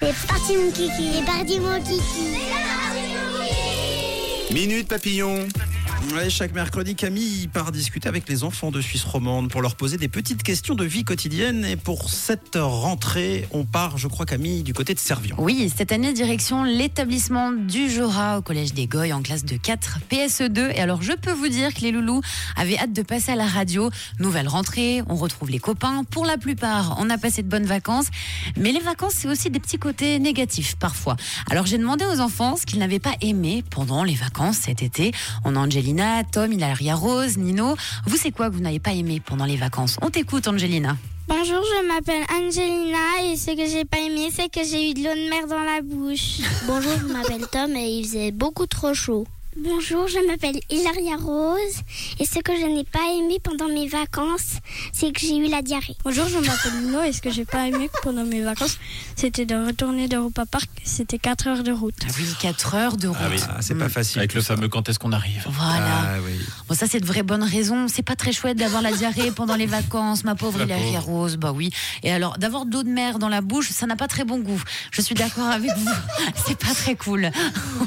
C'est parti mon kiki. C'est parti mon kiki. Minute papillon. Ouais, chaque mercredi, Camille part discuter avec les enfants de Suisse romande pour leur poser des petites questions de vie quotidienne. Et pour cette rentrée, on part, je crois, Camille, du côté de Servian. Oui, cette année, direction l'établissement du Jura au collège des Goy en classe de 4 PSE2. E Et alors, je peux vous dire que les loulous avaient hâte de passer à la radio. Nouvelle rentrée, on retrouve les copains. Pour la plupart, on a passé de bonnes vacances. Mais les vacances, c'est aussi des petits côtés négatifs parfois. Alors, j'ai demandé aux enfants ce qu'ils n'avaient pas aimé pendant les vacances cet été. On a Angelina, Tom, Hilaria Rose, Nino. Vous, c'est quoi que vous n'avez pas aimé pendant les vacances On t'écoute, Angelina. Bonjour, je m'appelle Angelina et ce que j'ai pas aimé, c'est que j'ai eu de l'eau de mer dans la bouche. Bonjour, je m'appelle Tom et il faisait beaucoup trop chaud. Bonjour, je m'appelle Hilaria Rose et ce que je n'ai pas aimé pendant mes vacances, c'est que j'ai eu la diarrhée. Bonjour, je m'appelle Nino et ce que j'ai pas aimé pendant mes vacances, c'était de retourner d'Europa Park. C'était 4 heures de route. Ah oui, 4 heures de route. oui. Ah, c'est Mm. pas facile. Avec tout le ça. fameux quand est-ce qu'on arrive Voilà. Ah oui. Bon, ça, c'est de vraies bonnes raisons. C'est pas très chouette d'avoir la diarrhée pendant les vacances, ma pauvre La Hilaria Rose. Bah oui. Et alors, d'avoir de l'eau de mer dans la bouche, ça n'a pas très bon goût. Je suis d'accord avec vous. C'est pas très cool.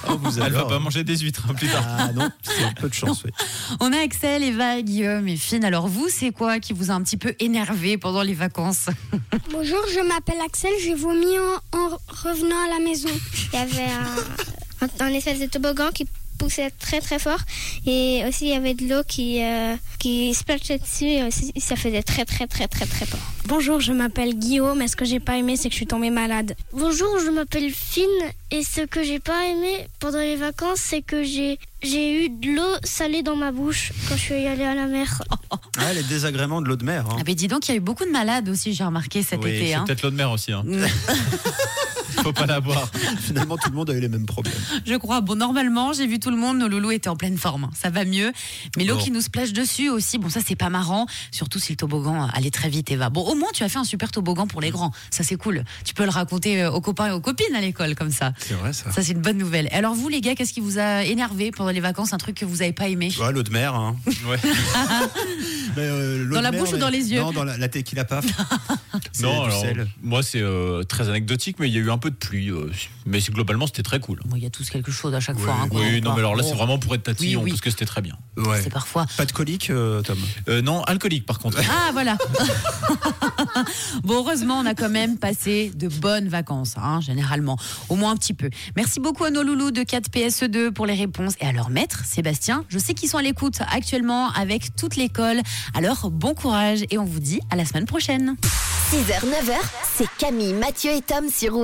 Oh, vous Elle va alors. pas manger des huîtres hein, plus tard. Ah non, c'est peu de chance. oui. On a Axel, Eva, Guillaume et Fine. Alors, vous, c'est quoi qui vous a un petit peu énervé pendant les vacances Bonjour, je m'appelle Axel, j'ai vomi en, revenant à la maison. Il y avait un, un- un espèce de toboggan qui poussait très très fort et aussi il y avait de l'eau qui, euh, qui splashait dessus et aussi ça faisait très très très très très fort. Bonjour, je m'appelle Guillaume et ce que j'ai pas aimé, c'est que je suis tombée malade. Bonjour, je m'appelle Finn et ce que j'ai pas aimé pendant les vacances, c'est que j'ai j'ai eu de l'eau salée dans ma bouche quand je suis allée à la mer. Ah, les désagréments de l'eau de mer. hein. Ah, ben dis donc, il y a eu beaucoup de malades aussi, j'ai remarqué cet Oui, été. c'est hein. Mm. peut-être l'eau de mer aussi. Hein. Faut pas la boire. Finalement, tout le monde a eu les mêmes problèmes. Je crois. Bon, normalement, j'ai vu tout le monde. Nos loulous étaient en pleine forme. hein. Ça va mieux. Mais l'eau Bon. qui nous splash dessus aussi, bon, ça, c'est pas marrant. Surtout si le toboggan allait très vite, Eva. Bon, au moins, tu as fait un super toboggan pour les grands. Ça, c'est cool. Tu peux le raconter euh, aux copains et aux copines à l'école, comme ça. C'est vrai, ça. Ça, c'est une bonne nouvelle. Alors, vous, les gars, qu'est-ce qui vous a énervé pendant les vacances Un truc que vous avez pas aimé Ouais, l'eau de mer. hein. Ouais. Mais, euh, l'eau Dans de la mer, bouche ou mais- dans les yeux Non, dans la, la tequila paf. C'est Non, du alors, sel. moi c'est euh, très anecdotique, mais il y a eu un peu de pluie. euh, mais c'est- globalement, c'était très cool. Bon, il y a tous quelque chose à chaque fois. hein, quoi. Oui, non, mais alors là, Bon, c'est vraiment pour être tatillon, Oui, oui. parce que c'était très bien. Ouais. C'est parfois. Pas de colique, euh, Tom. Euh, non, alcoolique par contre. Ah voilà. bon heureusement on a quand même passé de bonnes vacances, hein, généralement, au moins un petit peu. Merci beaucoup à nos loulous de 4 PSE2 E pour les réponses et à leur maître Sébastien. Je sais qu'ils sont à l'écoute actuellement avec toute l'école. Alors bon courage et on vous dit à la semaine prochaine. 6h, 9h, c'est Camille, Mathieu et Tom sur Rouge.